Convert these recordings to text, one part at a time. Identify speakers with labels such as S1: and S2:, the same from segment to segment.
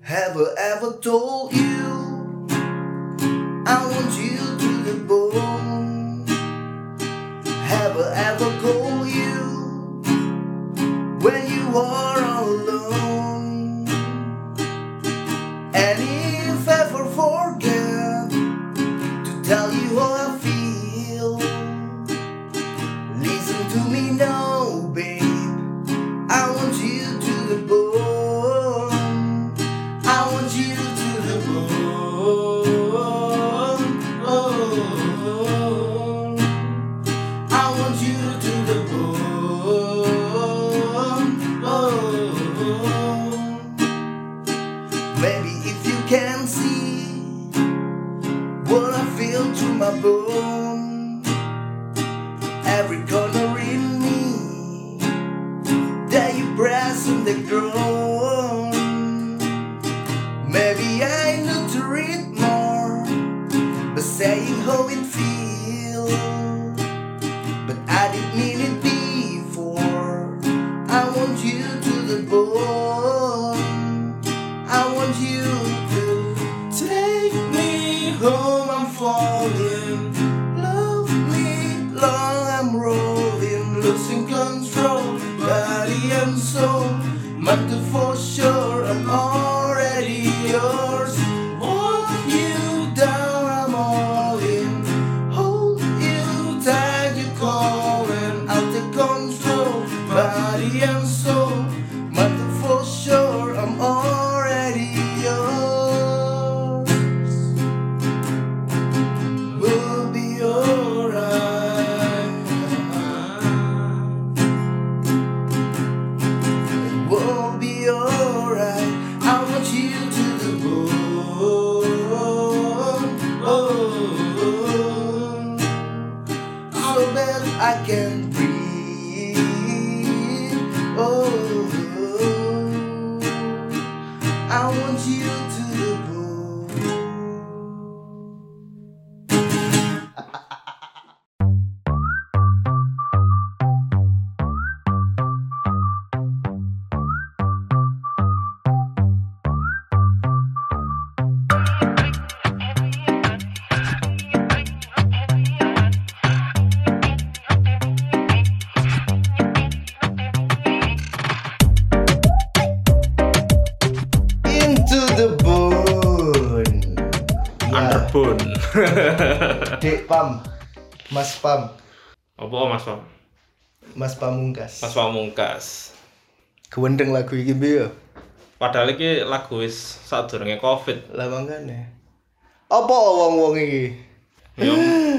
S1: Have I ever told you I want you to the bone? Have I ever called you when you are all alone? And if I ever forget to tell you how I feel, listen to me now, babe. I want you to the bone. I want you to the bone. I want you to the bone. Maybe if you can see what I feel to my bone, every corner in me that you press on the ground. Maybe I need to read more, but saying how it feels. But I didn't mean it before. I want you to the bone. I want you to take me home. I'm falling. Love me long. I'm rolling, losing control, body and soul. Meant to for sure. I'm already yours. Walk you down. I'm all in. Hold you tight. You calling out the control, body and soul. Meant to for sure. I'm already yours will be alright. We'll be alright. I want you to the Oh. bone, so that I can breathe. Oh, I want you to the bone. Into the Bone. Ya,
S2: Underbone.
S1: Dek Pam, Mas Pam,
S2: Apa Mas Pam?
S1: Mas Pamungkas.
S2: Mas Pamungkas.
S1: Gwendeng lagu iki piye ya?
S2: Padahal iki lagu wis sadurunge Covid.
S1: Lah mangkane. Apa wong-wong iki?
S2: Ya,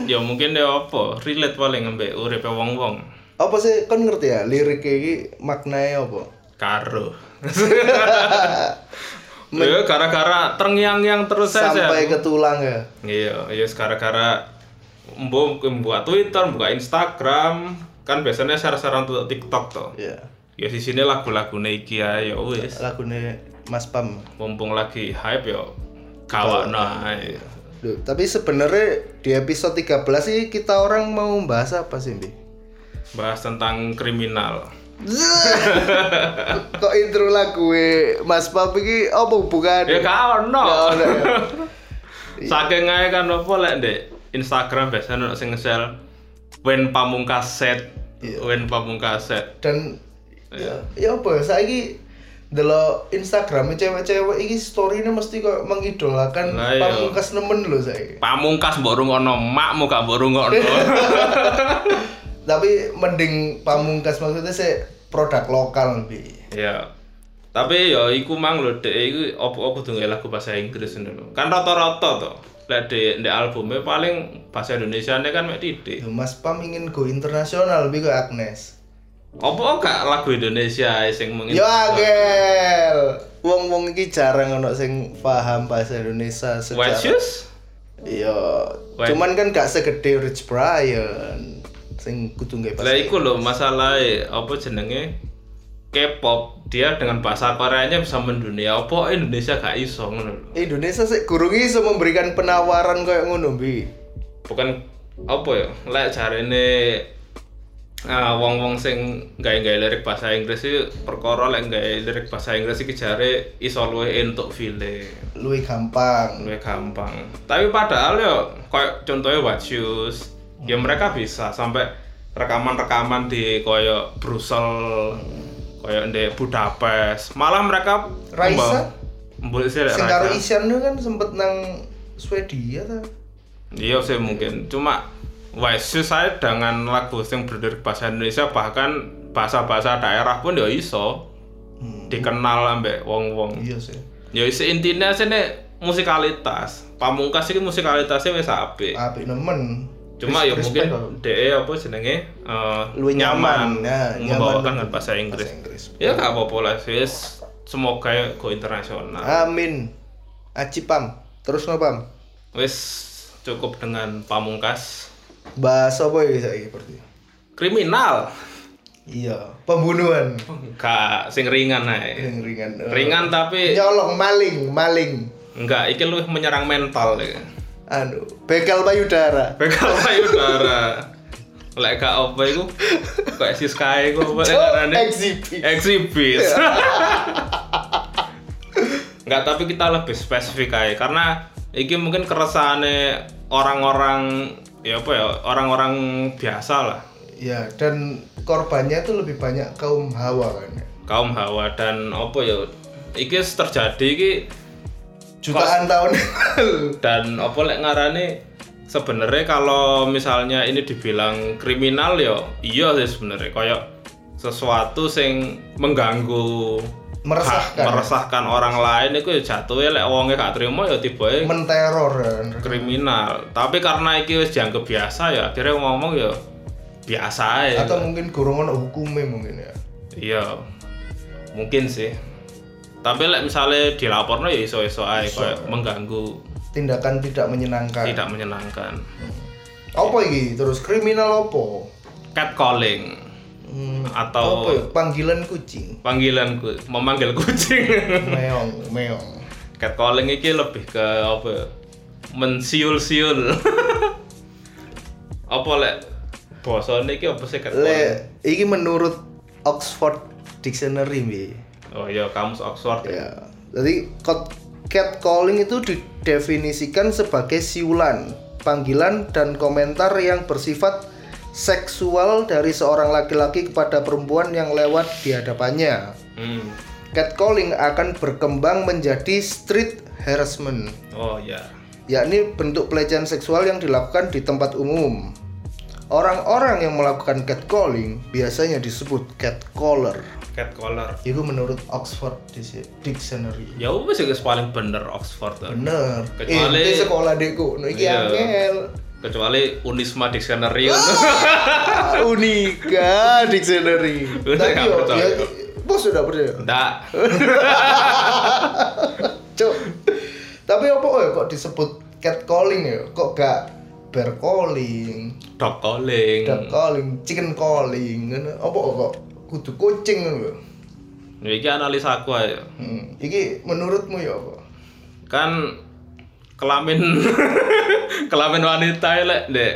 S2: ya mungkin ya apa, relate paling ambek uripe wong-wong.
S1: Apa sih kon ngerti ya lirik iki maknanya apa?
S2: Karo. Ya gara-gara terngiang-ngiang terus aja.
S1: Sampai ke tulang ya.
S2: Iya, iya gara-gara mbok buka Twitter, buka Instagram, kan biasanya share-share untuk TikTok toh.
S1: Ya.
S2: Ya di sini lagu-lagune iki ya wis.
S1: Lagune Mas Pam.
S2: Mumpung lagi hype ya yo kawana.
S1: Loh, tapi sebenarnya di episode 13 sih kita orang mau bahas apa sih, Bi?
S2: Bahas tentang kriminal.
S1: Kok intro lagu e Mas Pam iki apa hubungannya?
S2: Ya
S1: Ya,
S2: kawan no.
S1: ono ya.
S2: Saking ae kan apa lek Dek? Instagram biasanya ono sing nge-share Wen Pamungkas set. Wen Pamungkas set.
S1: dan ya, ya apa saiki delok Instagram e cewek-cewek iki storynya mesti kok mengidolakan
S2: Lah, iya.
S1: pamungkas nemen lho saiki.
S2: Pamungkas mbok rungokno, makmu gak mbok rungokno.
S1: Tapi mending pamungkas maksudnya sih produk lokal lebih.
S2: Ya. Tapi ya iku mang lho dek iku opo kudu nggak lagu bahasa Inggris ngono lho. Kan rata-rata to. Lek dek ndek albume paling bahasa Indonesia kan mek titik.
S1: Mas Pam ingin go internasional lebih ke Agnes.
S2: Opo gak lagu Indonesia ae sing mungkin
S1: Yo
S3: Ya,
S1: Agel. Wong-wong iki jarang ono sing paham bahasa Indonesia secara.
S2: White Shoes?
S1: Iya.
S2: White-
S1: Cuman kan gak segede Rich Brian sing kudu nggak
S2: Lah iku lho masalah eh, apa jenenge K-pop dia dengan bahasa Koreanya bisa mendunia apa Indonesia gak iso ngono lho.
S1: Indonesia sih gurung iso memberikan penawaran kayak ngono bi.
S2: Bukan apa ya? Lek jarene ah, wong-wong sing gawe-gawe lirik bahasa Inggris iki perkara lek gawe lirik bahasa Inggris iki jare iso luwih entuk file.
S3: Luwih gampang.
S2: Luwih gampang. Tapi padahal yo koyo contohnya Wajus, ya mereka bisa sampai rekaman-rekaman di koyo Brussel, koyo di Budapest. Malah mereka
S3: Raisa?
S2: Mbok sih
S3: Sing karo
S2: Raisa.
S3: Isyam itu kan sempet nang Swedia ta.
S2: Iya sih mungkin. Cuma Wajus saya dengan lagu yang berlirik bahasa Indonesia bahkan bahasa-bahasa daerah pun ya iso
S3: Hmm.
S2: dikenal ambek wong-wong.
S3: Iya sih.
S2: Ya isi intinya sih nek musikalitas. Pamungkas ini musikalitasnya wis apik.
S3: Apik nemen.
S2: Eh. Cuma ya
S3: Respect
S2: mungkin
S3: kok.
S2: DE apa jenenge eh,
S3: Luwih nyaman. Nah,
S2: nyaman
S3: nyaman
S2: membawakan
S3: banget.
S2: dengan bahasa Inggris.
S3: Bahasa Inggris.
S2: Ya gak apa-apa lah sis. Semoga ya go
S3: Ah.
S2: internasional.
S3: Amin. Aci pam. Terus no pam.
S2: Wis cukup dengan pamungkas
S3: Bahasa apa ya saiki berarti?
S2: kriminal.
S3: Iya, pembunuhan.
S2: Gak sing ringan ae.
S3: Yang ringan. Eh,
S2: Ringan tapi
S3: Nyolong maling, maling.
S2: enggak iki lu menyerang mental ya.
S3: Anu, bekel payudara.
S2: Begal payudara. Lek gak apa iku kayak sis kae iku apa ngarane?
S3: Exhibit.
S2: Exhibit. Enggak, tapi kita lebih spesifik aja karena iki mungkin keresahannya orang-orang ya apa ya orang-orang biasa lah
S3: Ya, dan korbannya itu lebih banyak kaum hawa kan.
S2: kaum hawa dan apa ya iki terjadi iki
S3: Jutaan tahun yang lalu.
S2: dan apa lek ngarane sebenarnya kalau misalnya ini dibilang kriminal ya iya sih sebenarnya kayak sesuatu sing mengganggu
S3: Meresahkan.
S2: meresahkan orang lain itu ya jatuhnya lek wonge gak terima ya tiba
S3: menteror kan.
S2: kriminal tapi karena iki wis dianggap biasa ya akhirnya ngomong ya biasa ya
S3: Atau mungkin gorongan hukumnya mungkin ya.
S2: iya mungkin sih tapi lek misalnya dilaporno ya iso-iso ae kayak mengganggu
S3: Tindakan tidak menyenangkan.
S2: tidak menyenangkan
S3: Apa iki? Terus kriminal apa?
S2: catcalling
S3: Hmm,
S2: Atau-
S3: apa ya? panggilan kucing.
S2: panggilan ku- memanggil kucing
S3: Meong, meong.
S2: catcalling iki lebih ke apa ya? mensiul-siul apa lek bosone iki apa sih catcalling
S3: Le, iki menurut Oxford Dictionary, Mbi.
S2: oh iya kamus Oxford ya.
S3: Ya. Jadi cat- catcalling itu didefinisikan sebagai siulan, panggilan dan komentar yang bersifat seksual dari seorang laki-laki kepada perempuan yang lewat di hadapannya.
S2: Hmm.
S3: Catcalling akan berkembang menjadi street harassment,
S2: oh iya
S3: yakni bentuk pelecehan seksual yang dilakukan di tempat umum. Orang-orang yang melakukan catcalling biasanya disebut catcaller.
S2: catcaller
S3: Itu menurut Oxford Dis- Dictionary.
S2: ya wis sih paling bener Oxford tuh.
S3: Bener.
S2: Kecuali-
S3: Eh, ini sekolah deku. No, iki
S2: Iya.
S3: angel.
S2: kecuali Unisma Dictionary
S3: Ah, Unika dictionary.
S2: Bener, nggak
S3: yo,
S2: percaya.
S3: ya, bos sudah percaya.
S2: ndak
S3: Cuk. Tapi apa ya kok disebut catcalling ya? Kok gak bear calling,
S2: dog calling
S3: duck calling, chicken calling, ngono. Apa kok kudu kucing ngono lho.
S2: Ya, iki analisa aku ayo
S3: Hmm. Iki menurutmu ya apa?
S2: kan kelamin kelamin wanita ya, lek dek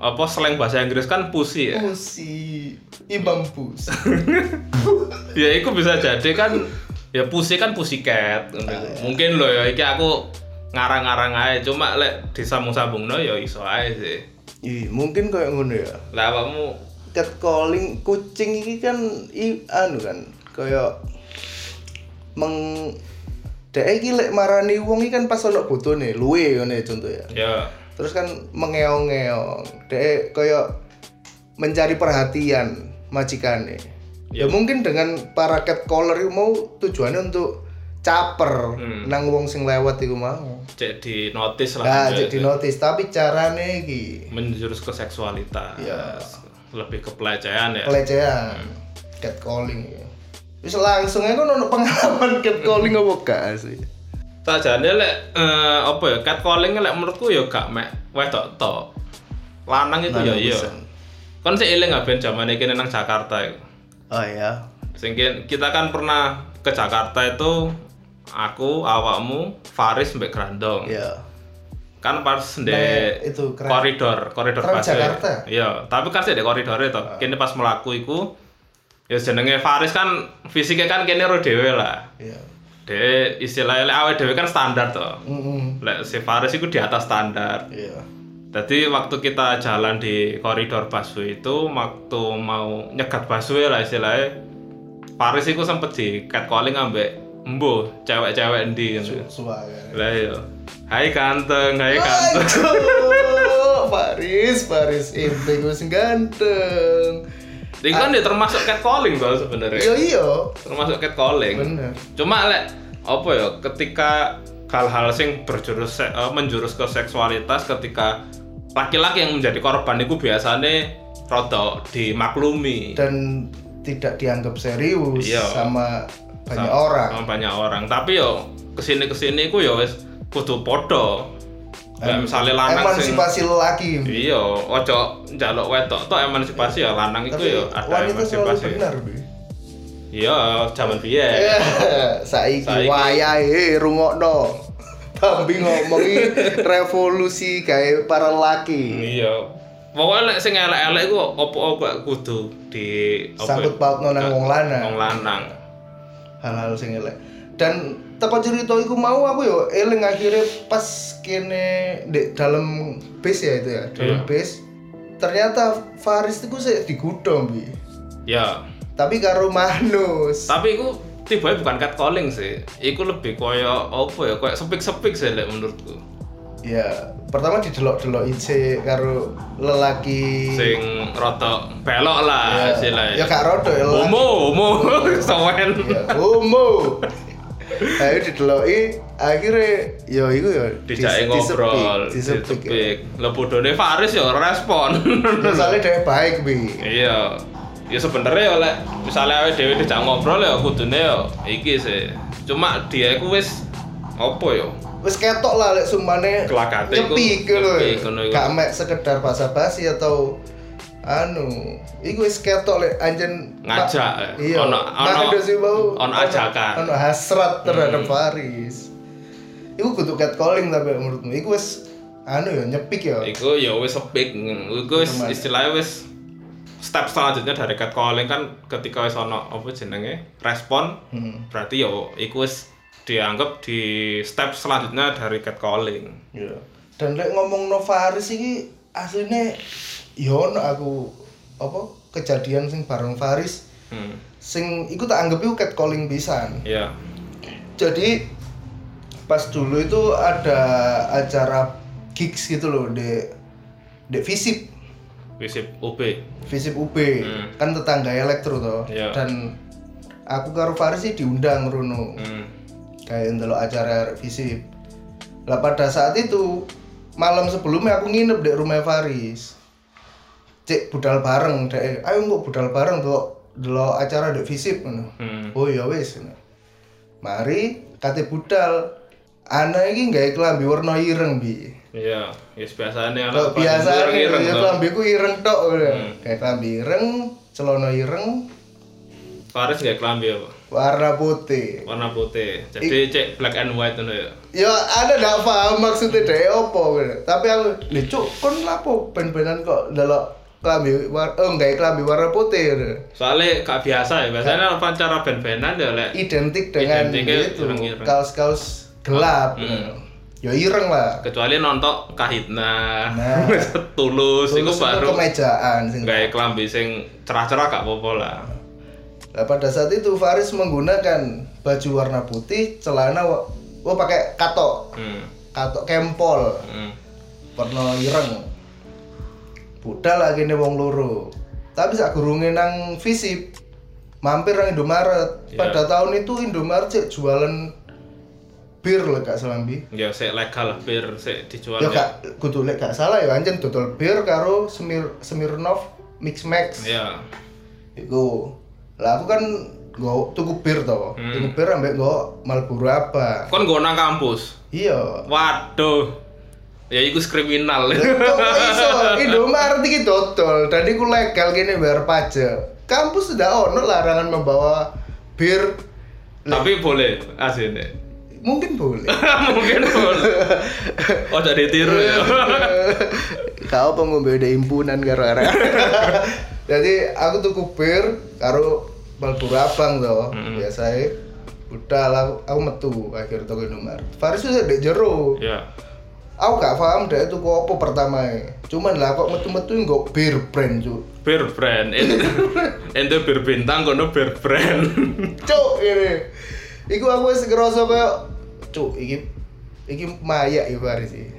S2: apa slang bahasa Inggris kan pussy ya
S3: Pusi, ibang pus.
S2: ya itu bisa jadi kan ya pussy kan pussycat mungkin loh ya iki aku ngarang-ngarang aja cuma lek disambung-sambung no ya iso aja sih
S3: Ih, mungkin kayak ngono ya.
S2: lah kamu
S3: catcalling kucing ini kan i anu kan kayak meng dhek iki lek marani wong iki kan pas ono botone luwe ngene contoh ya
S2: ya
S3: terus kan mengeong-ngeong dhek kayak mencari perhatian majikane ya mungkin dengan para catcaller itu mau tujuannya untuk caper
S2: Hmm.
S3: nang wong sing lewat iku mau
S2: cek di notice lah
S3: nah
S2: ya,
S3: jadi
S2: ya.
S3: notice tapi carane iki
S2: menjurus ke seksualitas
S3: Ya.
S2: lebih ke pelecehan ya Hmm.
S3: pelecehan catcalling ya. Wis langsung aja kan ono pengalaman catcalling apa gak sih?
S2: tajane lek eh, apa ya catcalling lek menurutku ya gak mek wedok tok lanang itu ya
S3: Lanang
S2: iya
S3: pisan.
S2: kon sik eling gak ben jaman iki nang Jakarta iku
S3: Oh ya.
S2: sing kin- kita kan pernah ke Jakarta itu aku awakmu Faris mbek Grandong
S3: Ya.
S2: kan pas di
S3: Kayak Iya. itu, keren.
S2: koridor koridor
S3: Keren
S2: busway.
S3: Jakarta. Ah.
S2: iya tapi kan sih di koridornya toh kini pas melaku iku ya jenenge Faris kan fisiknya kan kini ro dhewe lah
S3: Iya.
S2: de istilahnya awet dhewe kan standar toh
S3: Mm-mm.
S2: lek si Faris itu di atas standar
S3: Iya.
S2: Tadi waktu kita jalan di koridor busway itu waktu mau nyegat busway lah istilahnya Paris itu sempet di catcalling ambek embo cewek-cewek ndi gitu.
S3: Suka kan.
S2: Lah yo. Hai ganteng, hai ganteng.
S3: Aduh, Paris, Paris, ente gue sing ganteng.
S2: Ini kan dia termasuk catcalling tuh sebenarnya.
S3: Iya iya,
S2: Termasuk catcalling.
S3: bener.
S2: Cuma lek apa ya ketika hal-hal sing berjurus se- eh, menjurus ke seksualitas ketika laki-laki yang menjadi korban itu biasanya rada dimaklumi.
S3: Dan tidak dianggap serius
S2: Iya.
S3: sama banyak
S2: Sama-
S3: orang.
S2: sama Oh, banyak orang tapi yo kesini kesini ku yo wis kudu podo kayak Nah, misalnya lanang sing
S3: Eh, Emansipasi lelaki.
S2: iya ojo njaluk wedok tok emansipasi ya lanang itu
S3: Tapi
S2: yo ada
S3: wanita selalu
S2: emansipasi
S3: benar, Bi.
S2: iya zaman biyen
S3: Eh, saiki
S2: Saiki.
S3: wayahe rungokno. Tambi ngomongi revolusi kayak para lelaki.
S2: iya pokoknya lek sing elek-elek ku opo-opo kudu di apa ya,
S3: Sangkut pautno nang wong lanang.
S2: wong lanang
S3: hal-hal sing elek dan teko cerita iku mau aku yo eling akhirnya pas kene di dalam base ya itu ya dalam
S2: Iya.
S3: base ternyata Faris itu sih digudong bi
S2: ya
S3: tapi karo Manus
S2: tapi iku tiba bukan catcalling sih iku lebih koyo apa ya koyo sepik-sepik sih lek menurutku
S3: Hmm. ya pertama didelok-delok IC karo lelaki
S2: sing rada belok lah istilahnya
S3: ya gak rodo ya lelaki
S2: Homo, homo, sowen.
S3: ya homo ayo dideloki akhirnya yo iku yo dis-
S2: Dijake ngobrol,
S3: disepik, disepik.
S2: disepik. Lah bodone Faris ya respon.
S3: Misalnya dia baik bi
S2: Iya. Ya sebenarnya ya lek misale awake dhewe dijak ngobrol ya kudune ya iki sih. Cuma dia iku wis apa ya?
S3: wis ketok lah lek sumbane
S2: Kelakate iku,
S3: nyepi iku lho.
S2: nyepi ngono iku.
S3: Gak mek sekedar basa-basi atau anu iku wis ketok lek anjen
S2: Ngajak,
S3: Ma-
S2: eh.
S3: iya ono
S2: Ono- ono- ono ajakan. Hmm.
S3: ono hasrat terhadap Paris iku kudu catcalling tapi menurutmu iku wis anu ya nyepik ya
S2: Iku ya wis sepik. Iku wis
S3: Teman.
S2: istilahnya wis step selanjutnya dari catcalling kan ketika wis ono apa jenenge respon
S3: hmm.
S2: berarti ya iku wis dianggap di step selanjutnya dari catcalling.
S3: iya dan lek ngomong no Faris iki asline yo ono aku apa kejadian sing bareng Faris
S2: Hmm.
S3: sing iku tak anggap iku catcalling pisan
S2: Iya.
S3: jadi pas dulu itu ada acara gigs gitu loh di di visip
S2: Visip UB.
S3: visip UB
S2: Hmm.
S3: kan tetangga elektro toh
S2: Iya.
S3: dan aku karo Faris sih diundang Runo
S2: Hmm.
S3: kayak ndelok acara visip lah pada saat itu malam sebelumnya aku nginep di rumah Faris cek budal bareng dek ayo nggak budal bareng tuh delok acara di visip ngono.
S2: Hmm.
S3: Oh ya wis. Mari kate budal. Ana iki nggawe klambi warna ireng bi.
S2: Iya, yes biasanya
S3: Kalau biasa ya
S2: ireng
S3: klambi ku ireng tok. Kayak klambi ireng, celana ireng,
S2: Paris nggak kelambi apa?
S3: warna putih.
S2: Warna putih. Jadi cek black and white itu ya.
S3: Ya ana ndak paham maksudnya dhek opo gitu. Tapi aku lho cuk kon lapo ben-benan kok ndelok klambi war oh nggawe klambi warna putih gitu.
S2: Soalnya gak biasa ya. Biasanya acara ben-benan ya lek.
S3: Identik dengan
S2: Identiknya
S3: itu
S2: ireng-ireng.
S3: kaos-kaos
S2: Hmm.
S3: gelap. gitu. Ya ireng lah.
S2: Kecuali nonton kahitna,
S3: Nah.
S2: tulus, itu
S3: Tulus itu
S2: baru
S3: kemejaan sing
S2: nggak kelambi sing cerah-cerah gak apa-apa lah.
S3: Nah, pada saat itu Faris menggunakan baju warna putih, celana wa- oh pakai katok,
S2: Hmm.
S3: katok kempol,
S2: Hmm.
S3: warna ireng. Budal lagi nih wong loro. Tapi saat gurunge nang visip mampir nang Indomaret.
S2: Iya.
S3: Pada tahun itu Indomaret sih jualan bir lah Kak Selambi.
S2: Ya sik legal lah, bir sik dijual.
S3: Ya
S2: ya.
S3: Kak, kudu lek gak salah ya anjen dodol bir karo Semir Smirnoff Mix Max.
S2: Iya.
S3: Iku. Lah aku kan nggo tuku bir to.
S2: Hmm.
S3: Tuku bir ambek nggo Marlboro apa.
S2: Kon nggo nang kampus.
S3: Iya.
S2: Waduh. Ya iku kriminal.
S3: Kok iso Indomaret iki dodol dan iku legal kene bayar pajak. Kampus sudah ono larangan membawa bir.
S2: Tapi boleh asine.
S3: mungkin boleh
S2: mungkin oh jadi tiru ya
S3: kau pengombe udah impunan karo arek jadi aku tuku bir karo Balbur Abang to
S2: Mm-mm.
S3: biasanya udah lah aku, aku metu akhir toko nomor Faris itu dek jero
S2: ya
S3: aku gak paham dek tuku apa pertama cuman lah kok metu-metu nggak bir brand cuk
S2: beer brand Ent- ente beer bintang kono beer brand
S3: cuk ini iku aku wis ngerasa kayak cuk iki iki mayak ya Faris iki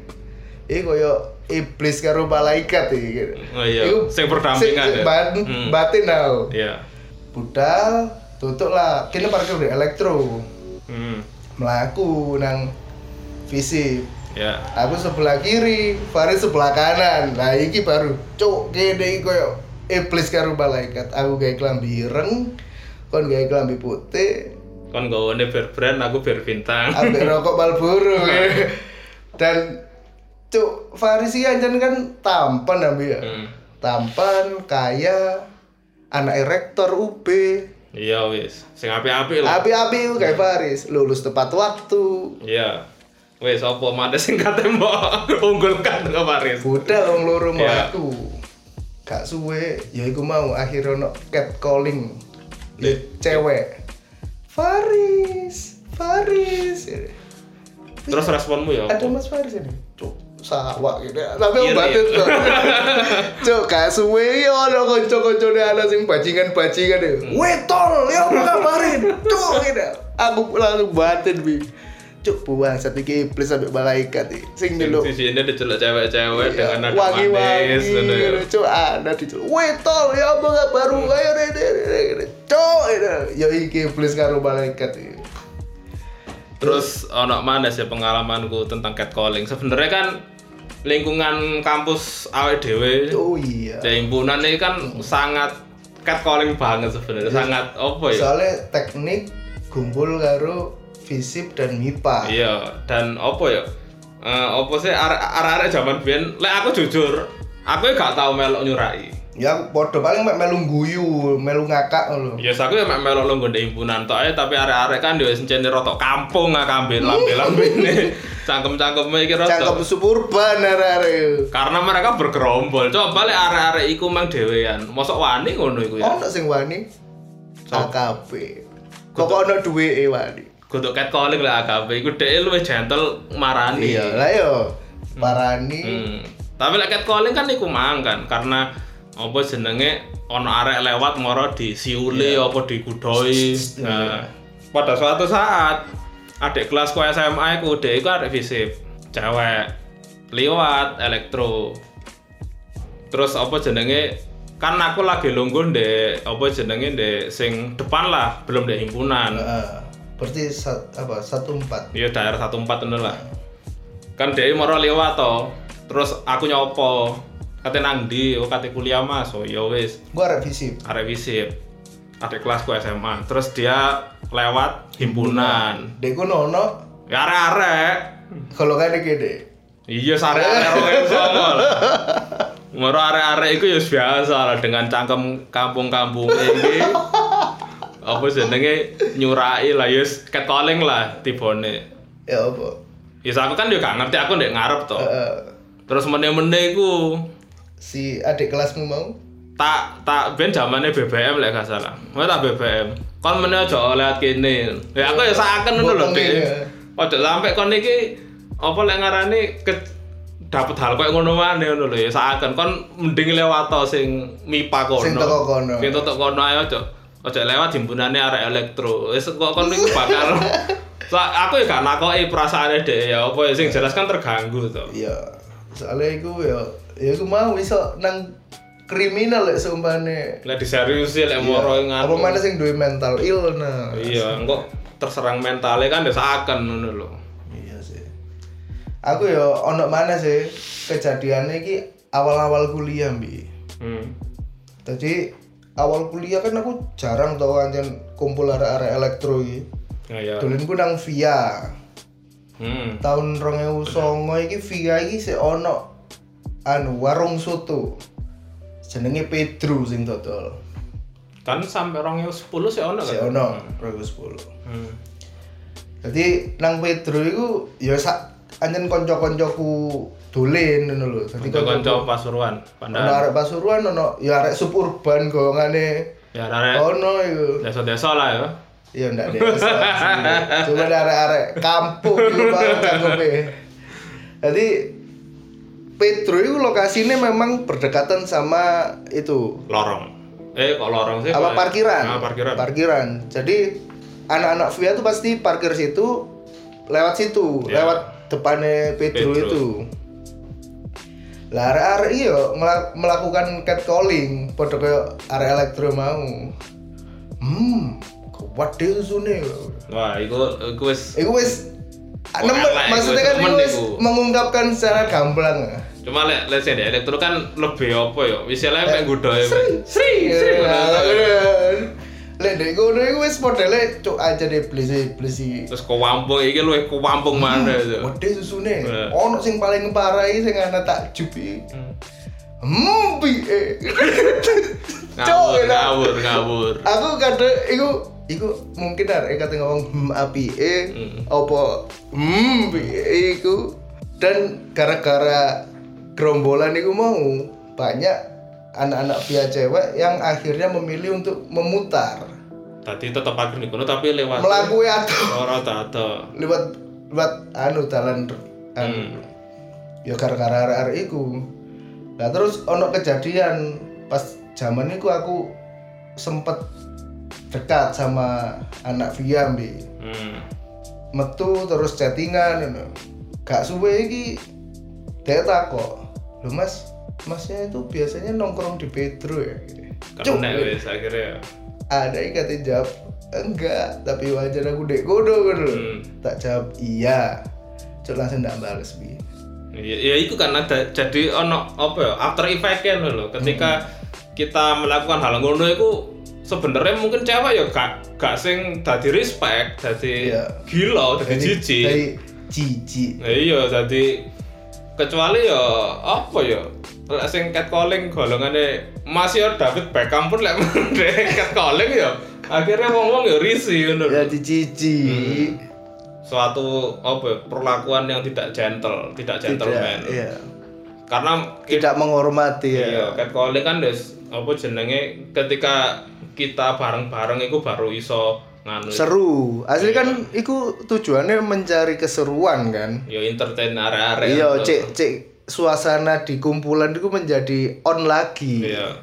S3: iki koyo iblis karo malaikat iki gitu.
S2: Oh iya, sing berdampingan
S3: sing-
S2: ya?
S3: ban-
S2: Hmm.
S3: batin tau
S2: ya
S3: budal tutup lah kini parkir di elektro
S2: hmm.
S3: melaku nang visi
S2: ya
S3: aku sebelah kiri Faris sebelah kanan nah iki baru cuk kene iki koyo iblis karo malaikat aku gawe klambi ireng kon gawe klambi putih
S2: kon gawane beer brand aku beer bintang
S3: ambek rokok Marlboro eh. dan cuk Faris iki anjen kan tampan ambil ya
S2: Hmm.
S3: tampan kaya anak rektor UB
S2: iya wis sing api-api lah
S3: Api-api kayak Paris, lulus tepat waktu.
S2: iya wis apa mate sing kate mbok unggulkan ke Paris
S3: Budal wong loro
S2: Iya.
S3: mlaku. Gak suwe, ya iku mau akhir ono catcalling. Iya.
S2: Eh.
S3: Cewek. Faris, Faris.
S2: terus responmu ya
S3: Ada
S2: apa?
S3: Mas Faris ini. Cuk, sawak gitu. Tapi aku
S2: Iya,
S3: batin
S2: iya.
S3: kok. Cuk, gak suwe ya ono kanca-kancane ana sing bajingan-bajingan ya. Wetol, ya apa kabarin? Cuk, gitu. Aku langsung batin bi. Cuk, buang satu iblis sampai malaikat iki. Sing delok
S2: di sini diceluk cewek-cewek
S3: Iya,
S2: dengan ada manis ngono ya.
S3: wangi-wangi cuk ada di cuk wetol ya apa gak baru ayo re re re re cuk ini. ya iki iblis karo malaikat iki.
S2: Terus ono mana sih pengalamanku tentang catcalling? Sebenarnya kan lingkungan kampus awet dewe,
S3: oh iya
S2: ya himpunan ini kan sangat catcalling banget sebenarnya, sangat apa ya?
S3: soalnya teknik gumpul karo visip dan mipa
S2: Iya, dan apa ya? Eh, apa sih are- arek-arek zaman biyen? Lek aku jujur, aku ya gak tau melok nyurai.
S3: ya aku podo paling mek melu guyu melu ngakak lho
S2: Ya yes, aku ya mek melok lo nggone himpunan tok ae, tapi arek-arek kan dhewe sencene rotok kampung ah kambe lambe-lambene. Cangkem-cangkeme iki rotok.
S3: cangkem suburban arek-arek
S2: karena mereka bergerombol coba lek arek-arek iku mang dhewean mosok wani ngono iku ya
S3: ono sing wani
S2: Sop.
S3: AKP kok ono e, duwe wani
S2: godok catcalling lek AKP iku dhek luwih gentle marani
S3: iya lah yo parani
S2: hmm. tapi lek catcalling kan iku mang kan karena apa jenenge ono arek lewat moro di siule apa digudoi nah pada suatu saat adik kelas ku SMA ku dhek iku arek fisip cewek liwat elektro terus apa jenenge kan aku lagi lungguh ndek apa jenenge ndek sing depan lah belum ndek himpunan
S3: Heeh. berarti sa- apa satu empat
S2: Iya daerah 14 ngono lah. Kan dia moro lewat to. Terus aku nyopo. Kate nang ndi? Oh kate kuliah Mas. Oh ya wis,
S3: gua revisi
S2: arek wisip. Adik kelasku SMA. Terus dia lewat himpunan. Hmm.
S3: dek gua nono
S2: Ya arek-arek.
S3: kalau kan dek gede
S2: Iya arek-arek roe songol. Moro arek-arek iku ya biasa lah dengan cangkem kampung-kampung iki. Apa jenenge nyurai lah ya catcalling lah tibone.
S3: ya apa
S2: Ya aku kan juga gak ngerti aku ndek ngarep to.
S3: Heeh.
S2: Terus meneh-meneh iku
S3: si adik kelasmu mau
S2: tak tak ben zamane BBM lek gak salah. Kowe tak BBM. Kon meneh aja lihat kene. Ya aku ya saken ngono lho,
S3: Boten
S2: Dik.
S3: ya.
S2: Ojo sampe kon iki apa lek ngarani ke dapat hal koyo ngono maneh ngono lho ya saken kon mending lewat to sing mipa kono.
S3: Sing teko kono.
S2: Sing teko kono ae aja. Aja lewat himpunane arek elektro. Wis kok kon iki bakal Sa- aku ya gak nakoki perasaane dhek ya apa ya sing jelas kan terganggu to.
S3: ya soalnya gua ya ya gua mau iso nang kriminal lek seumpane
S2: Lek diseriusi lek moro
S3: Iya.
S2: nganu.
S3: apa mana sing duwe mental illness
S2: Iya, engko terserang mentalnya kan ya saken ngono lho.
S3: iya sih aku ya ono mana sih kejadiannya ki awal-awal kuliah bi
S2: Hmm.
S3: tadi awal kuliah kan aku jarang tau anjen kumpul arek-arek elektro iki.
S2: Ya ya.
S3: Dolinku nang via.
S2: Hmm.
S3: Tahun 2009 iki via iki sik ono anu warung soto. Jenenge Pedro sing dodol.
S2: Kan sampai 2010 sih ono
S3: Sik
S2: kan.
S3: ono 2010.
S2: Hmm.
S3: Jadi nang Pedro iku ya sak anjen kanca-kancaku dolen ngono lho. Dadi
S2: Kanca-kanca Pasuruan,
S3: Ono
S2: Pandaan.
S3: arek Pasuruan ono ya arek suburban golongane
S2: Ya arek
S3: ono iku.
S2: desa-desa lah ya.
S3: Iya ndak deh. Cuma ada arek-arek kampung gitu banget cangkepe. Jadi Pedro itu lokasinya memang berdekatan sama itu
S2: Lorong. Eh kok lorong sih? Pak?
S3: apa parkiran.
S2: Ah, parkiran.
S3: Parkiran. Jadi anak-anak via tuh pasti parkir situ lewat situ,
S2: Iya.
S3: lewat depannya Pedro,
S2: Pedro.
S3: itu. Lah arek-arek iya ngela- melakukan catcalling padha kayak arek elektro mau. Hmm, kuat deh sune.
S2: Wah, iku iku wis
S3: Iku wis
S2: Oh,
S3: nemen,
S2: elek, iku
S3: maksudnya
S2: wis
S3: kan
S2: nemen
S3: iku wis
S2: iku.
S3: mengungkapkan secara gamblang. ah.
S2: cuma lek lek sih deh, elektro kan lebih apa ya? Wis elek mek nggodho ya. Pak.
S3: Eh, Sri,
S2: sri, bener.
S3: Lek dek ngono iku wis modele cuk aja deh blesi blesi.
S2: Terus ke wampung iki luwih ke wampung
S3: Hmm.
S2: mana itu.
S3: Wedhe susune.
S2: Eh.
S3: Ono sing paling parah iki sing ana takjub iki. Hmm, piye? Cuk,
S2: Ngawur,
S3: enak.
S2: ngawur, ngawur.
S3: Aku kadang iku iku mungkin arek kate ngomong hmm api eh
S2: Hmm.
S3: opo hmm piye iku dan gara-gara gerombolan iku mau banyak anak-anak via cewek yang akhirnya memilih untuk memutar
S2: Tadi tetep parkir di kono tapi lewat
S3: melakui atau
S2: ora tato.
S3: lewat lewat anu jalan anu. ya gara-gara arek-arek iku nah terus ono kejadian pas zaman iku aku sempet dekat sama anak via mbak
S2: Hmm.
S3: metu terus chattingan ngono. Gak suwe iki dia takok. Lho Mas, Masnya itu biasanya nongkrong di Pedro ya. Cuk,
S2: Karena wis akhirnya.
S3: ada yang katanya jawab enggak, tapi wajar aku dek kodo kodo.
S2: Hmm.
S3: Tak jawab iya. Cuk langsung ndak bales bi.
S2: Ya, ya itu karena da- jadi ono apa ya after effect-nya lho, lho. Ketika kita melakukan hal ngono itu sebenarnya mungkin cewek ya gak gak sing dadi respect, dadi
S3: Iya.
S2: gila, dadi
S3: Jadi-
S2: jijik.
S3: Dari cici.
S2: Nah, iya dadi kecuali ya apa ya lek sing catcalling golongane masih ya David Beckham pun lek mendek catcalling ya akhirnya wong-wong ya risih ngono lho.
S3: Ya di cici.
S2: Hmm, Suatu apa ya, perlakuan yang tidak gentle, tidak gentleman.
S3: Tidak, iya.
S2: Karena
S3: Tidak menghormati ya.
S2: Iya, catcalling kan des apa jenenge ketika kita bareng-bareng itu baru iso nganu.
S3: Seru. Asli
S2: Iya.
S3: kan iku tujuannya mencari keseruan kan.
S2: Yo ya, entertain arek-arek.
S3: Iya,
S2: atau-
S3: cek cek suasana di kumpulan itu menjadi on lagi.
S2: Iya.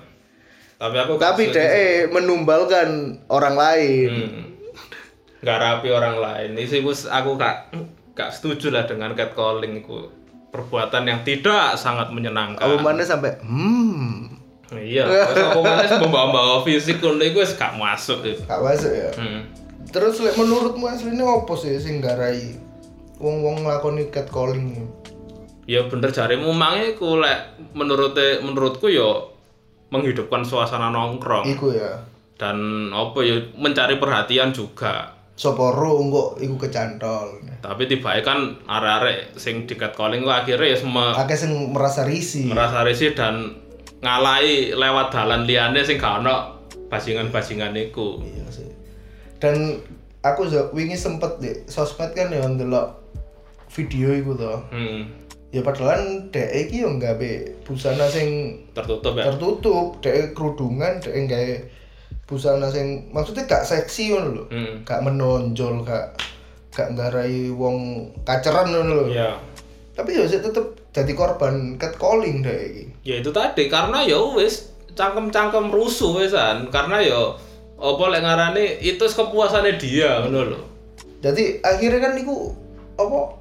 S2: Tapi aku
S3: Tapi eh.
S2: kesel-
S3: DE menumbalkan orang lain.
S2: Hmm. Nggak rapi orang lain. Ini wis aku gak gak setuju lah dengan catcalling itu perbuatan yang tidak sangat menyenangkan.
S3: Apa mana sampai hmm,
S2: Iya, wis apa maneh membawa-bawa fisik ngono iku wis gak masuk. ya.
S3: gak masuk ya.
S2: Hmm.
S3: Terus lek menurutmu aslinya opo sih sing garai wong-wong nglakoni catcalling?
S2: ya bener jarimu mangnya iku lek menurut menurutku yo menghidupkan suasana nongkrong
S3: Iku ya.
S2: dan apa ya mencari perhatian juga
S3: Soporo kok iku kecantol.
S2: tapi tiba kan arek-arek sing dikat calling ku akhirnya ya semua
S3: Akeh sing merasa risih.
S2: merasa risih dan ngalai lewat dalan liane sing gak ono bajingan-bajingan iku
S3: Iya sih. Dan aku juga wingi sempet di sosmed kan ya ndelok video iku toh.
S2: hmm,
S3: ya padahal dek iki yo nggawe busana sing
S2: tertutup ya
S3: tertutup dek kerudungan dek nggawe busana sing maksudnya gak seksi ngono lho
S2: hmm.
S3: gak menonjol gak gak nggarai wong kaceran ngono lho
S2: ya
S3: tapi yo sik tetep jadi korban catcalling dek iki
S2: ya itu tadi karena ya wis cangkem-cangkem rusuh wisan karena ya apa lek ngarane itu kepuasannya dia ngono lho
S3: jadi akhirnya kan iku apa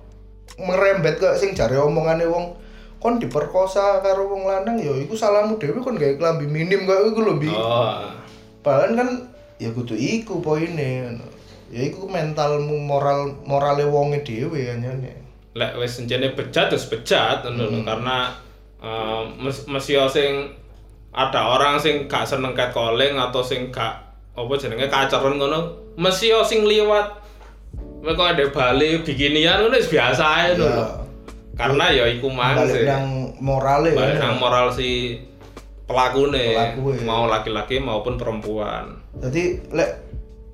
S3: merembet ke sing jare omongane wong kon diperkosa karo wong lanang yo iku salahmu dhewe kon gawe klambi minim kok iku lho Bi.
S2: Oh,
S3: Padahal kan ya kudu iku poine ngono. Ya iku mentalmu moral morale wonge dhewe anyane.
S2: lek wis encene bejat terus bejat ngono lho karena eh, mes- mesti yo sing ada orang sing gak seneng catcalling atau sing gak apa jenenge kaceron ngono mesti yo sing liwat kok ada Bali bikinian ngono wis biasa ae lho.
S3: Ya,
S2: Karena ya iku mang sih.
S3: balik nang morale
S2: Balik
S3: ya.
S2: nang moral si pelakune,
S3: Pelakue.
S2: mau laki-laki maupun perempuan.
S3: Dadi lek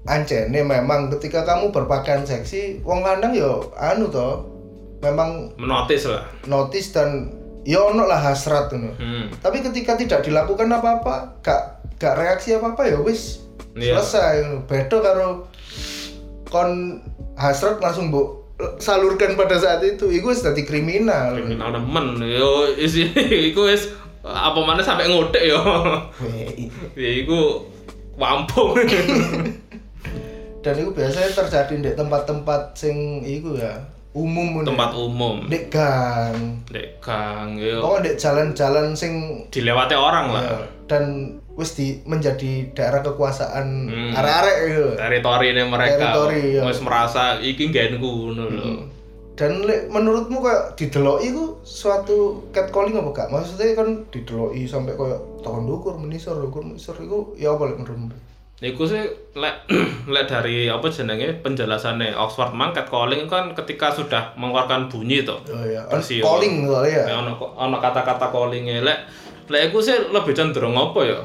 S3: ancene memang ketika kamu berpakaian seksi wong lanang yo anu to memang
S2: menotis lah
S3: notice dan yo ono lah hasrat ngono.
S2: hmm.
S3: Tapi ketika tidak dilakukan apa-apa, gak gak reaksi apa-apa ya wis
S2: Iya.
S3: selesai ngono. Beda karo kon hasrat langsung mbok salurkan pada saat itu. Iku wis dadi kriminal.
S2: kriminal temen yo isi iku wis apa mana sampai ngotek yo
S3: Wei.
S2: ya iku wampung
S3: Dan itu biasanya terjadi di tempat-tempat sing iku ya umum ngono.
S2: tempat umum
S3: di gang.
S2: dek gang yo Nah.
S3: Pokoknya di jalan-jalan sing
S2: dilewati orang lah
S3: ya, dan wis di menjadi daerah kekuasaan
S2: Hmm.
S3: arek-arek gitu.
S2: teritori ini mereka
S3: Teritori, iya. Hmm.
S2: wis merasa iki genku ngono lho
S3: Dan lek menurutmu kayak dideloki ku suatu catcalling apa gak? Maksudnya kan dideloki sampai kayak tahun dukur menisor dukur menisor itu ya apa lek menurutmu?
S2: Iku sih lek lek dari apa jenenge penjelasannya Oxford mangkat calling kan ketika sudah mengeluarkan bunyi tuh
S3: Oh ya,
S2: Sih,
S3: calling soalnya
S2: Ya,
S3: ya.
S2: ono ono kata-kata callingnya lek lek iku sih lebih cenderung apa ya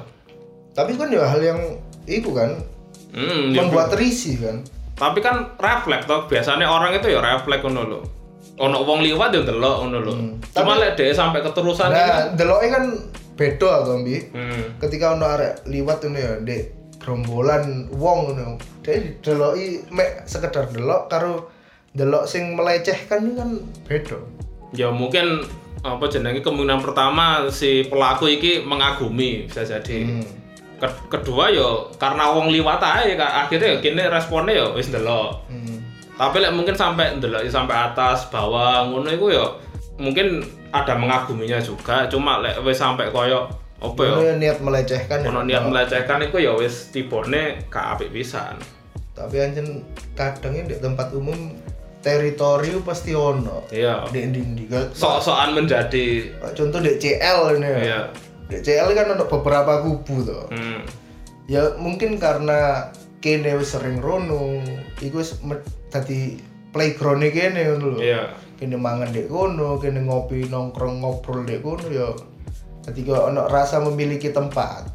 S3: Tapi kan ya hal yang itu kan
S2: hmm, ya
S3: membuat risih kan.
S2: tapi kan refleks toh biasanya orang itu ya refleks ngono lho ono wong liwat ya delok ngono lho cuma lek dhek sampai keterusan iki kan
S3: Nah, deloki kan beda atau Mbi.
S2: hmm.
S3: ketika ono arek liwat ngono ya ndek gerombolan wong ngono dhek deloki mek sekedar delok karo delok sing melecehkan ini kan beda
S2: ya mungkin apa jenenge kemungkinan pertama si pelaku iki mengagumi bisa
S3: Hmm.
S2: jadi Ke- kedua yo karena wong liwat aja akhirnya ya kini responnya yo wis delok
S3: Hmm.
S2: tapi lek mungkin sampai ndelok ya sampai atas bawah ngono iku yo mungkin ada mengaguminya juga cuma lek wis sampai koyo apa ya, yo
S3: Ono yang niat melecehkan ya,
S2: ono niat
S3: delok.
S2: melecehkan iku ya wis tibone gak apik pisan.
S3: tapi anjen kadangnya di tempat umum teritori ku pasti ono
S2: Iya.
S3: di ndi
S2: Sok-sokan menjadi
S3: contoh di CL ini ya
S2: Iya.
S3: di CL kan ono beberapa kubu tuh
S2: Hmm.
S3: ya mungkin karena kene wis sering rono iku wis me- dadi playground kene ngono lho
S2: Iya.
S3: kene mangan dek kono kene ngopi nongkrong ngobrol dek kono ya ketika ono rasa memiliki tempat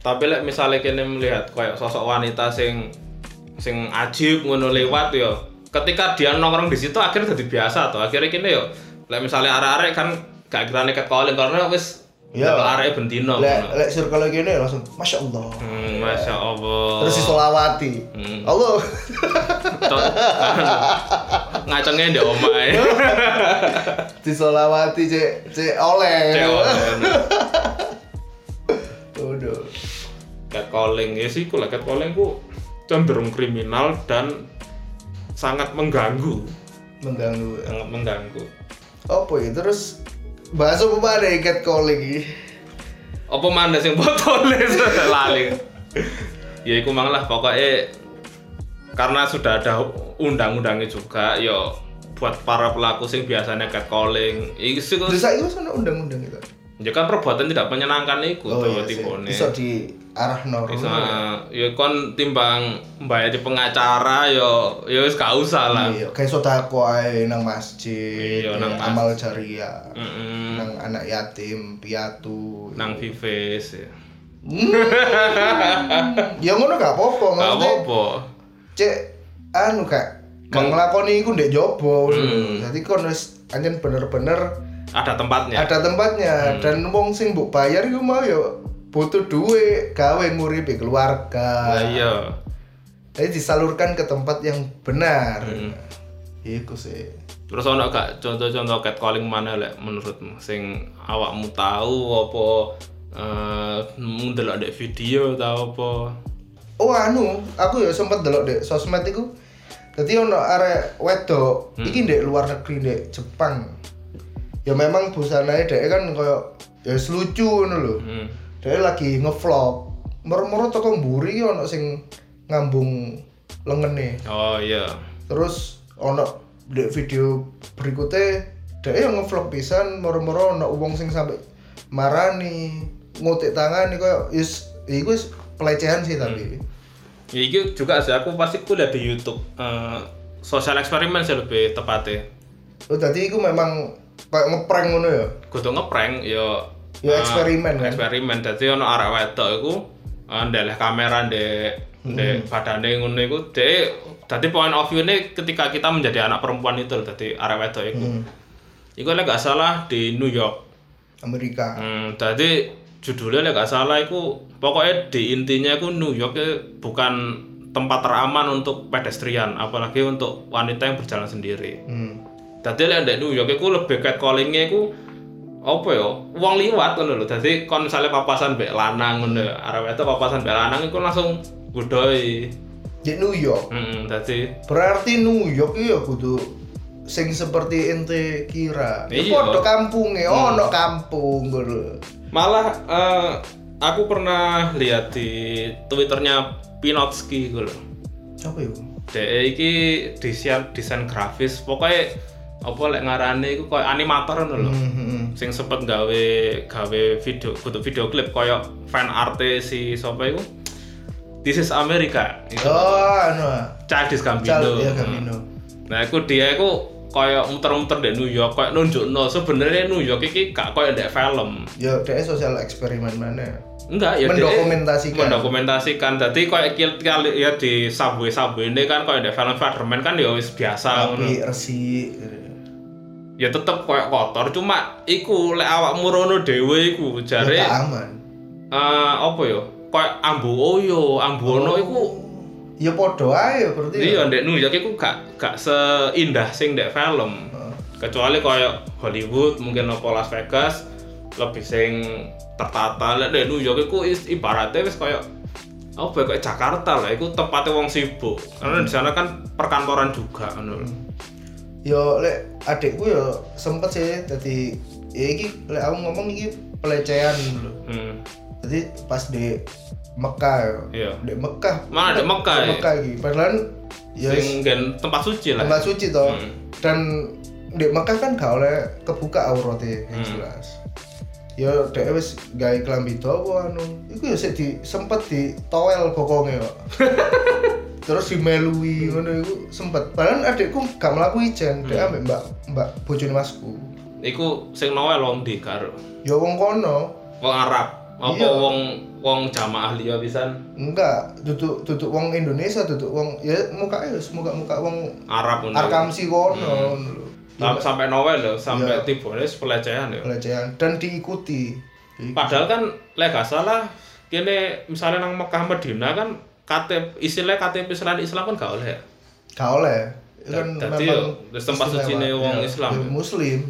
S2: Tapi lek misalnya kene melihat koyo sosok wanita sing sing ajib ngono lewat yo. Ketika dia nongkrong di situ akhirnya jadi biasa toh. Akhirnya kene yo lek misalnya arek-arek kan gak kira neket calling karena wis
S3: Iya.
S2: ndelok arek bendino.
S3: lek
S2: ngono.
S3: lek circle kene langsung masya Allah
S2: Hmm, Masya Allah.
S3: terus disolawati
S2: Hmm.
S3: Allah
S2: Cok- ngacengnya ndek omahe.
S3: Iya. disolawati cek cek oleh
S2: oh. Cewek.
S3: Waduh.
S2: catcalling ya sih kalau catcalling ku cenderung kriminal dan sangat mengganggu
S3: mengganggu
S2: sangat mengganggu
S3: apa ya terus bahasa apa mana ikat calling
S2: apa mana sing botolis lali ya iku mang lah pokoknya karena sudah ada undang-undangnya juga yo buat para pelaku sing biasanya catcalling iku sih ku-
S3: terus saya sana undang-undang gitu
S2: ya kan perbuatan tidak menyenangkan iku tuh
S3: Oh, iya sih.
S2: tipone
S3: Bisa di arah normal.
S2: Bisa, ya kon timbang mbayar pengacara yo yo wis gak usah lah
S3: Iya, kayak sodako ae nang masjid,
S2: Iya,
S3: ya,
S2: nang
S3: amal jariah,
S2: Mm-mm.
S3: nang anak yatim, piatu. Hmm.
S2: nang vives ya
S3: ya ngono gak apa-apa,
S2: Gak
S3: maksudnya
S2: apa-apa.
S3: cek anu kak Gak ngelakoni iku ndek jobo.
S2: Hmm.
S3: Jadi kon wis anjen bener-bener
S2: Ada tempatnya.
S3: ada tempatnya
S2: Hmm.
S3: dan wong sing mbok bayar iku mau ya butuh duit gawe nguripi
S2: Lah
S3: keluarga.
S2: iya.
S3: Jadi disalurkan ke tempat yang benar.
S2: Hmm.
S3: Iku sih.
S2: Terus ono gak contoh-contoh catcalling mana lek menurutmu sing awakmu tahu apa eh ndelok ndek video tau apa?
S3: Oh anu, aku ya sempat delok dek sosmed iku. Dadi ono arek wedok
S2: Hmm.
S3: iki ndek luar negeri ndek Jepang. Ya memang busanae dek kan koyo ya wis lucu ngono lho.
S2: Hmm.
S3: Dek lagi ngevlog. Mermoro toko mburi iki ono sing ngambung lengene.
S2: Oh iya.
S3: Terus ono dek video berikutnya dek yang ngevlog pisan moro-moro ono wong sing sampe marani ngutik tangan koyo is iku is pelecehan sih tapi.
S2: Ya iki juga sih aku pasti kuliah di YouTube. Eh social eksperimen sih lebih tepatnya.
S3: Oh, tadi iku memang kayak ngeprank ngono ya.
S2: Kudu ngeprank yo
S3: Ya eksperimen kan.
S2: eksperimen. Dadi ono arek wedok iku eh, ndeleh eh, kamera ndek
S3: Hmm.
S2: Dek, badane ngono iku dek dadi point of view-ne ketika kita menjadi anak perempuan itu loh, dadi arek wedok iku.
S3: Hmm.
S2: Iku lek gak salah di New York.
S3: Amerika
S2: Hmm, tadi judulnya lek gak salah itu pokoknya di intinya itu New York itu bukan tempat teraman untuk pedestrian, apalagi untuk wanita yang berjalan sendiri.
S3: Hmm.
S2: Tadi lek di New York itu lebih catcallingnya itu apa ya? Uang liwat ngono lho. Dadi kon misalnya papasan mbek lanang ngono, arep itu papasan mbek lanang iku langsung budoi.
S3: di New York
S2: Heeh, dadi
S3: berarti New York iya kudu sing seperti ente kira
S2: Iya.
S3: iya. podo kampunge ono kampung gitu
S2: malah eh, aku pernah lihat di Twitternya Pinotsky gitu loh.
S3: apa itu
S2: DE iki desain desain grafis pokoknya apa lek ngarane iku koyo animator ngono lho.
S3: Hmm,
S2: Sing sempet gawe gawe video foto video klip koyo fan art si sapa iku. This is America. Itu
S3: oh anu ah.
S2: Childish
S3: Cal
S2: Gambino. Hmm.
S3: ya Gambino
S2: Nah, iku dia iku koyo muter-muter di New York, koyo nunjukno sebenarnya New York iki gak koyo ndek film.
S3: ya dia sosial eksperimen mana
S2: Enggak, ya dia-
S3: Mendokumentasikan.
S2: mendokumentasikan. Jadi kayak kita ya di subway subway ini kan kayak di film Spiderman kan ya wis biasa ngono.
S3: tapi resi
S2: ya tetep kayak kotor cuma iku lek awakmu rono dhewe iku jare
S3: ya,
S2: eh
S3: aman
S2: apa ya kayak ambu oyo ambu
S3: Oh.
S2: ono iku
S3: ya podo aja berarti ya.
S2: iya ndek New York iku gak gak seindah sing ndek film
S3: Heeh.
S2: kecuali kayak Hollywood mungkin apa Las Vegas lebih sing tertata lek ndek New York iku is- ibaratnya wis kayak apa ya, kayak Jakarta lah iku tempatnya wong sibuk karena di sana kan perkantoran juga ngono lho.
S3: yo ya, lek adikku yo sempet sih tadi ya iki lek aku ngomong iki pelecehan lho
S2: hmm.
S3: jadi pas di Mekah yo
S2: Iya.
S3: di Mekah
S2: Malah di Mekah,
S3: Di
S2: ya?
S3: Mekah iki padahal ya
S2: sing gen tempat suci lah
S3: tempat suci toh
S2: Hmm.
S3: dan di Mekah kan gak oleh kebuka auratnya yang
S2: Hmm.
S3: jelas ya dia wis gawe klambi dawa anu iku ya sik di sempet di towel bokonge kok terus dimelui ngono iku sempet padahal adikku gak mlaku ijen
S2: Hmm.
S3: dia ambek mbak mbak bojone masku
S2: Iku sing noel wong di karo
S3: ya wong kono
S2: wong Arab apa
S3: Iya.
S2: wong wong jamaah liya pisan
S3: enggak duduk duduk wong Indonesia duduk wong ya muka ya muka muka wong
S2: Arab ngono.
S3: Arkamsi
S2: Hmm.
S3: kono ngono lho.
S2: Tam- sampai noel lho, sampai
S3: Iya.
S2: tibone pelecehan lho.
S3: pelecehan dan diikuti Hmm.
S2: Padahal kan lek gak salah kene misalnya nang Mekah Medina kan KTP istilah KTP selain Islam kan gak oleh. ya?
S3: gak oleh Itu kan
S2: Dadi
S3: memang
S2: yo, wis tempat
S3: istimewa.
S2: sucine wong
S3: Ya,
S2: Islam.
S3: ya, muslim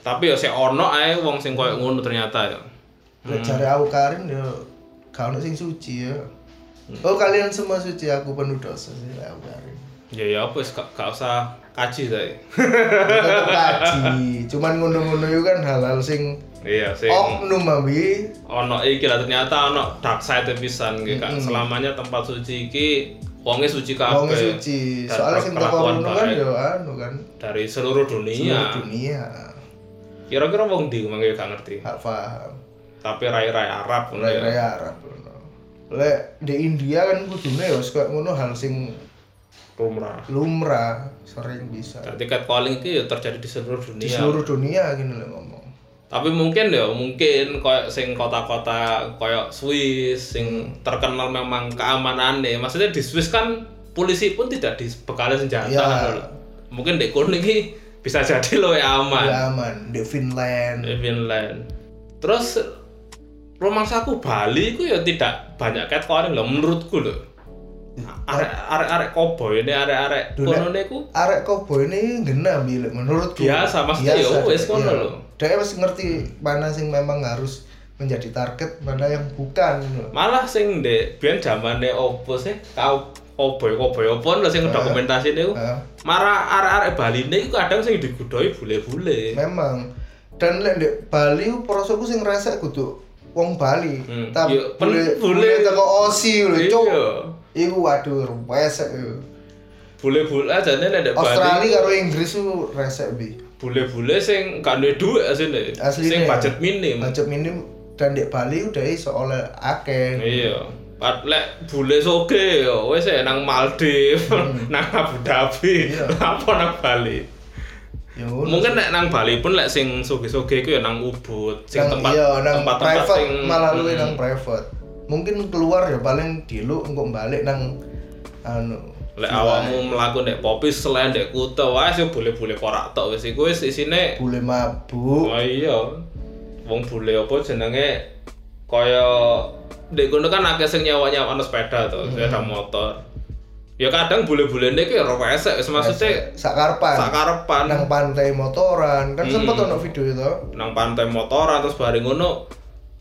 S2: Tapi ya sik ono ae wong sing koyo ngono ternyata ya.
S3: Lek jare aku karim ya gak ono sing suci ya
S2: Hmm.
S3: oh kalian semua suci aku penuh dosa sih lek aku karim
S2: Ya ya apa wis gak, gak usah kaji saya.
S3: tetep kaji cuman ngono-ngono itu kan halal sing
S2: iya sing
S3: oknum abi
S2: ono iki lah ternyata ono dark side pisan iki Kak. Selamanya tempat suci iki wonge suci kabeh.
S3: wong suci
S2: Dan
S3: soalnya sing teko
S2: perlakuan
S3: ngono kan
S2: baik
S3: ya anu kan
S2: dari seluruh
S3: seluruh
S2: dunia.
S3: dunia
S2: Kira-kira wong ndi mangke gak ngerti.
S3: gak paham
S2: Tapi rai-rai Arab ngono ya.
S3: raya Arab ngono. Lek di India kan kudune ya wis koyo ngono hal sing
S2: rumrah.
S3: lumrah sering bisa
S2: Berarti catcalling itu ya terjadi di seluruh dunia.
S3: di seluruh dunia gini lho ngomong.
S2: Tapi mungkin ya mungkin koyo sing kota-kota koyo Swiss sing terkenal memang keamanannya. Maksudnya di Swiss kan polisi pun tidak dibekali senjata.
S3: Iya.
S2: lho. Mungkin di kono iki bisa jadi loh aman.
S3: Ya aman di Finland.
S2: Di Finland. Terus romansaku Bali ku ya tidak banyak catcalling loh menurutku loh. Arek-arek koboi ini arek-arek
S3: Nah, Dunia-
S2: kono ini ku
S3: Arek kobo ini genah bilik menurutku.
S2: Biasa, maksudnya ya wis
S3: Dek.
S2: ngono
S3: Iya.
S2: lho.
S3: Dek wis ngerti mana sing memang harus menjadi target, mana yang bukan. lho.
S2: malah sing ndek biyen zamane opo sih kau koboi koboi opo lho
S3: Eh.
S2: sing dokumentasi niku
S3: Nah,
S2: marah arek-arek Bali ini ku kadang sing digudoi bule-bule
S3: memang dan lek ndek Bali prosoku sing resek kudu wong Bali.
S2: Hmm.
S3: Tapi
S2: Iya, pen-
S3: boleh
S2: boleh.
S3: boleh teko Osi lho, Cuk.
S2: iya
S3: Iku waduh resek. iku.
S2: bule-bule aja nih ndek Bali Hmm.
S3: Australia karo Inggris ku resek bi.
S2: bule-bule sing gak duwe duit asline
S3: Asline
S2: sing
S3: ya.
S2: budget minim
S3: Budget minim dan di Bali udah iso oleh akeh.
S2: iya Pat- lek bule soge yo wis ya, nang Maldiv nang Abu Dhabi
S3: Hmm. Iya.
S2: apa nang Bali
S3: Ya ngono.
S2: mungkin nek nang Bali pun lek sing soge-soge iku ya nang Ubud sing
S3: Nang-
S2: tempat
S3: iya, nang
S2: tempat-tempat
S3: private
S2: sing
S3: malah luwih
S2: Mm.
S3: nang private. mungkin keluar ya paling dilu engko balik nang anu
S2: Lek awakmu mlaku nek popis selain nek kute wae sih boleh-boleh korak tok wis iku wis isine
S3: boleh mabuk
S2: Oh iya. Wong boleh apa jenenge kaya ndek kono kan akeh sing nyawa-nyawa sepeda to, sepeda motor. Ya kadang boleh-boleh nek ora pesek wis maksudnya
S3: sakarpan
S2: sakarepan
S3: nang pantai motoran kan sempet
S2: Hmm.
S3: ono video itu
S2: nang pantai motoran terus bareng ngono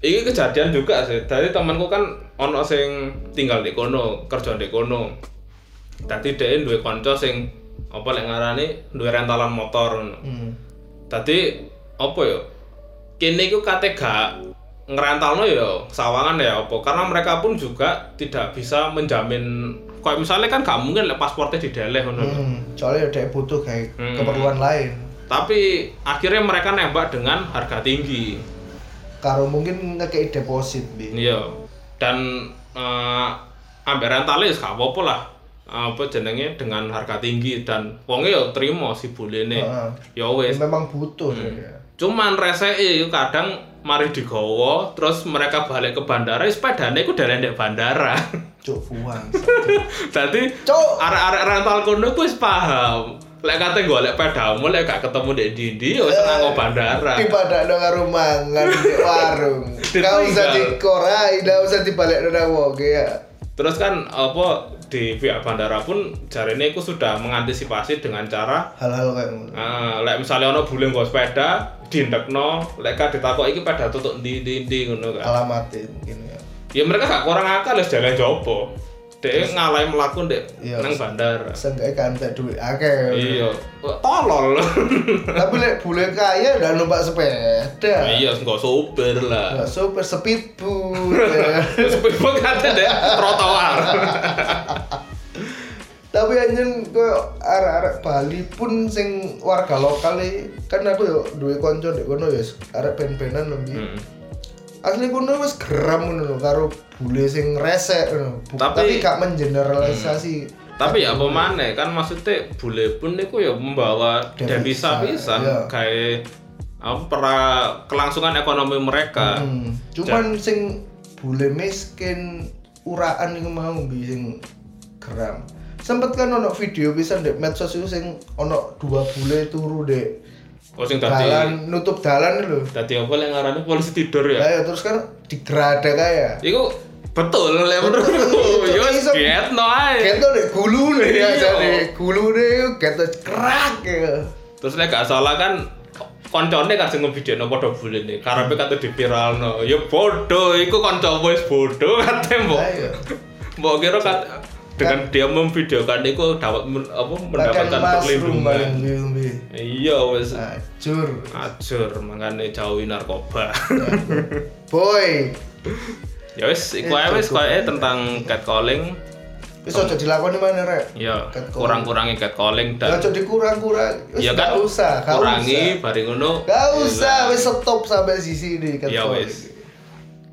S2: iki kejadian juga sih dari temanku kan ono sing tinggal di kono kerja di kono tadi dia duwe kanca sing apa lek ngarani duwe rentalan motor ngono
S3: hmm.
S2: tadi apa ya kene iku kate gak ngerentalno ya sawangan ya apa karena mereka pun juga tidak bisa menjamin kayak misalnya kan gak mungkin lek pasportnya dideleh ngono lho.
S3: Hmm. soalnya udah butuh kayak
S2: Hmm.
S3: keperluan lain
S2: tapi akhirnya mereka nembak dengan harga tinggi
S3: karo mungkin ngekei deposit bi
S2: Iya. Dan eh ambek rentale wis gak apa-apa lah. Eh, Apa jenenge dengan harga tinggi dan wonge yo trimo si bulene.
S3: Heeh.
S2: Ya wis.
S3: memang butuh ya.
S2: Hmm. Cuman reseke iku kadang mari digawa terus mereka balik ke bandara ya sepedane iku dalan ndek bandara.
S3: cuk buang
S2: Dadi
S3: cuk
S2: arek-arek rental kono ku wis paham. Lek kate golek pedamu lek gak ketemu ndek ndi ya wis nang go bandara.
S3: di badak dong karo mangan di warung kau usah
S2: Ditinggal.
S3: dikorai kau usah dibalik nang wong ya
S2: Terus kan apa di pihak bandara pun jarene iku sudah mengantisipasi dengan cara
S3: hal-hal kayak ngono
S2: Ah, lek misalnya ono bule nggo sepeda, diendekno, lek ka ditakok iki sepeda tutuk ndi ndi ndi ngono
S3: Ah.
S2: kan.
S3: alamatin gini ya
S2: Ya mereka gak kurang akal wis jalan jopo. Dek ngalai mlaku ndek
S3: Iya.
S2: nang bandara.
S3: seenggaknya kan tak duit akeh
S2: Iya, Wah, tolol.
S3: Iya. tapi lek bule kaya udah numpak sepeda
S2: Iya, nggo sopir lah.
S3: Nggak super speedboat ya.
S2: Sepeda kate ndek trotoar.
S3: tapi anjen koyo arek-arek Bali pun sing warga lokal e kan aku yo duwe kanca ndek kono ya arek ben-benan lho
S2: Hmm.
S3: asli kuno wis geram ngono lho karo bule sing resek ngono. Bu-
S2: Tapi-
S3: tapi, gak mengeneralisasi
S2: Tapi ya apa maneh kan maksudnya bule pun niku ya membawa devisa
S3: Devisa, iya.
S2: pisan kayak apa pra kelangsungan ekonomi mereka.
S3: Hmm. cuman sing bule miskin uraan iku mau bi sing geram sempet kan ono video pisan ndek medsos itu sing ono dua bule turu dek
S2: Oh sing dadi
S3: dalan nutup dalan lho
S2: Tadi apa yang ngarani polisi tidur
S3: Lah
S2: ya?
S3: ya terus kan ya. digeradek kaya
S2: Iku betul lek menurutku.
S3: betul,
S2: Yo wis
S3: iso.
S2: dietno ae.
S3: Keto deh gulu deh ya
S2: Iya.
S3: jadi gulu deh keto kerak ya.
S2: Terus lek gak salah kan koncone kan sing ngevideono padha bulene. Karepe
S3: Hmm.
S2: kate dipiralno. Ya bodoh, iku kanca wis bodoh kate mbok.
S3: Lah ya.
S2: Mbok kira kat dengan dia memvideokan iku dapat men- apa mendapatkan perlindungan.
S3: rumah
S2: Iya wis
S3: Nah. Acur.
S2: ajur makane jauhi narkoba.
S3: Nah. Boy,
S2: ya wis iku ae
S3: Eh,
S2: wis koyoke tentang catcalling.
S3: wis aja dilakoni mana rek.
S2: Ya,
S3: Catcalling. Ya,
S2: kurang-kurangi catcalling dan
S3: Aja dikurang-kurang. Wis
S2: Ya
S3: gak
S2: kan
S3: usah, gak
S2: kurangi bareng ngono. kan?
S3: usah. Gak usah, wis stop sampai sisi kan? nih
S2: Ya Iya.
S3: Catcalling.
S2: wis.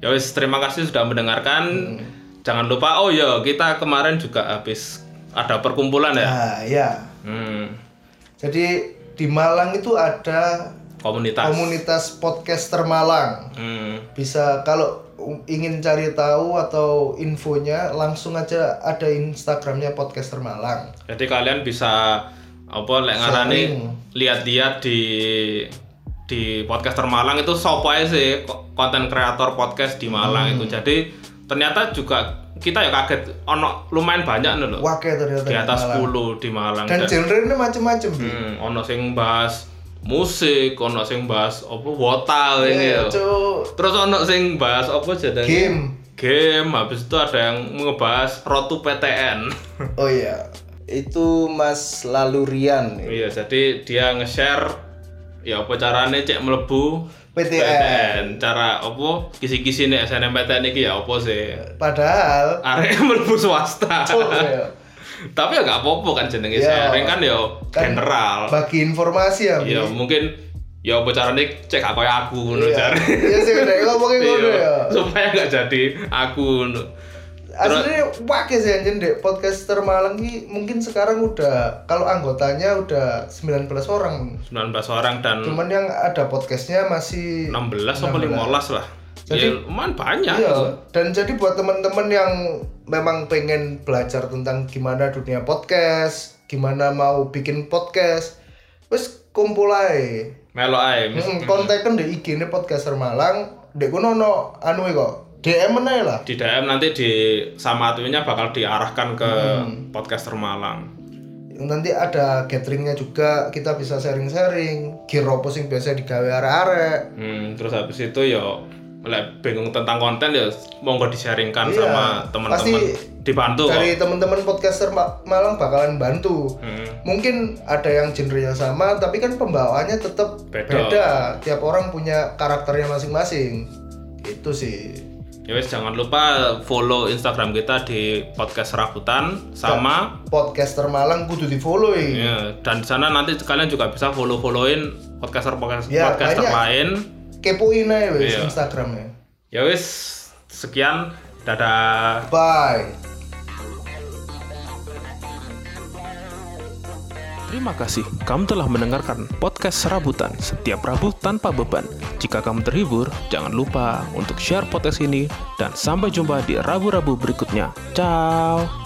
S2: Ya wis, terima kasih sudah mendengarkan.
S3: Hmm.
S2: Jangan lupa oh ya, kita kemarin juga habis ada perkumpulan ya.
S3: Nah, ya.
S2: Hmm,
S3: Jadi di Malang itu ada
S2: komunitas.
S3: komunitas podcaster Malang.
S2: Hmm,
S3: bisa kalau u- ingin cari tahu atau infonya langsung aja ada Instagramnya podcaster Malang.
S2: Jadi kalian bisa apa lek ngarani
S3: Sharing.
S2: lihat-lihat di di podcaster Malang itu sopo ae sih ko- konten kreator podcast di Malang itu.
S3: Hmm.
S2: Jadi ternyata juga kita ya kaget ono lumayan banyak nih loh.
S3: Wah kayak ternyata
S2: Di atas
S3: Malang.
S2: 10 di Malang.
S3: Dan
S2: Dan-
S3: genre ini macem-macem. Bi.
S2: Hmm, ono sing bahas musik, ono sing bahas apa wota ngene
S3: Eh,
S2: ya.
S3: cuk.
S2: Terus ono sing bahas apa jenenge?
S3: Game.
S2: Game, habis itu ada yang ngebahas Rotu PTN.
S3: Oh iya, itu Mas Lalurian.
S2: Iya, jadi dia nge-share ya apa carane cek mlebu
S3: PTN.
S2: Cara apa kisi-kisi nih SNMPTN iki ya apa sih?
S3: Padahal
S2: Arek mlebu swasta.
S3: cuk, ya.
S2: Tapi ya gak apa-apa kan jenenge
S3: Iya.
S2: sharing kan ya
S3: Kan-
S2: general.
S3: bagi informasi ya. Bi.
S2: Iya, mungkin ya apa carane cek gak koyo aku ngono
S3: Iya.
S2: jare.
S3: Iya sih udah ngomongin ngono
S2: Iya,
S3: ya.
S2: supaya nggak jadi aku nu-
S3: Aslinya pakai sih anjir dek podcaster Malang ini mungkin sekarang udah kalau anggotanya udah 19 orang.
S2: Hmm. 19 orang dan
S3: Cuman yang ada podcastnya masih
S2: 16 atau 15 lah ya
S3: Jadi-
S2: lumayan banyak
S3: Iya,
S2: gitu.
S3: dan jadi buat teman-teman yang memang pengen belajar tentang gimana dunia podcast, gimana mau bikin podcast, wes kumpul ae.
S2: melo ae mis-
S3: Hmm, kontekan di IG ini podcaster Malang, dek kono no anu kok. DM ae lah.
S2: di DM nanti di sama adminnya bakal diarahkan ke podcaster Malang
S3: Nanti ada gatheringnya juga, kita bisa sharing-sharing. Giro apa sing biasa digawe arek-arek.
S2: hmm, terus habis itu yo lek bingung tentang konten ya monggo disharingkan
S3: Iya,
S2: sama teman-teman
S3: pasti
S2: dibantu kok
S3: Dari teman-teman podcaster Ma- Malang bakalan bantu.
S2: Hmm.
S3: mungkin ada yang genrenya sama tapi kan pembawaannya tetap
S2: Beda.
S3: beda. tiap orang punya karakternya masing-masing itu sih
S2: Ya wes jangan lupa follow Instagram kita di podcast Serabutan
S3: Ya.
S2: sama
S3: podcaster Malang kudu di follow ya
S2: ya, dan di sana nanti kalian juga bisa follow followin podcaster podcaster,
S3: Ya,
S2: podcaster
S3: banyak.
S2: lain.
S3: kepoin aja wes
S2: Iya.
S3: Instagramnya
S2: Ya wes sekian dadah.
S3: bye
S4: Terima kasih, kamu telah mendengarkan podcast Serabutan setiap Rabu tanpa beban. Jika kamu terhibur, jangan lupa untuk share podcast ini dan sampai jumpa di Rabu-Rabu berikutnya. Ciao!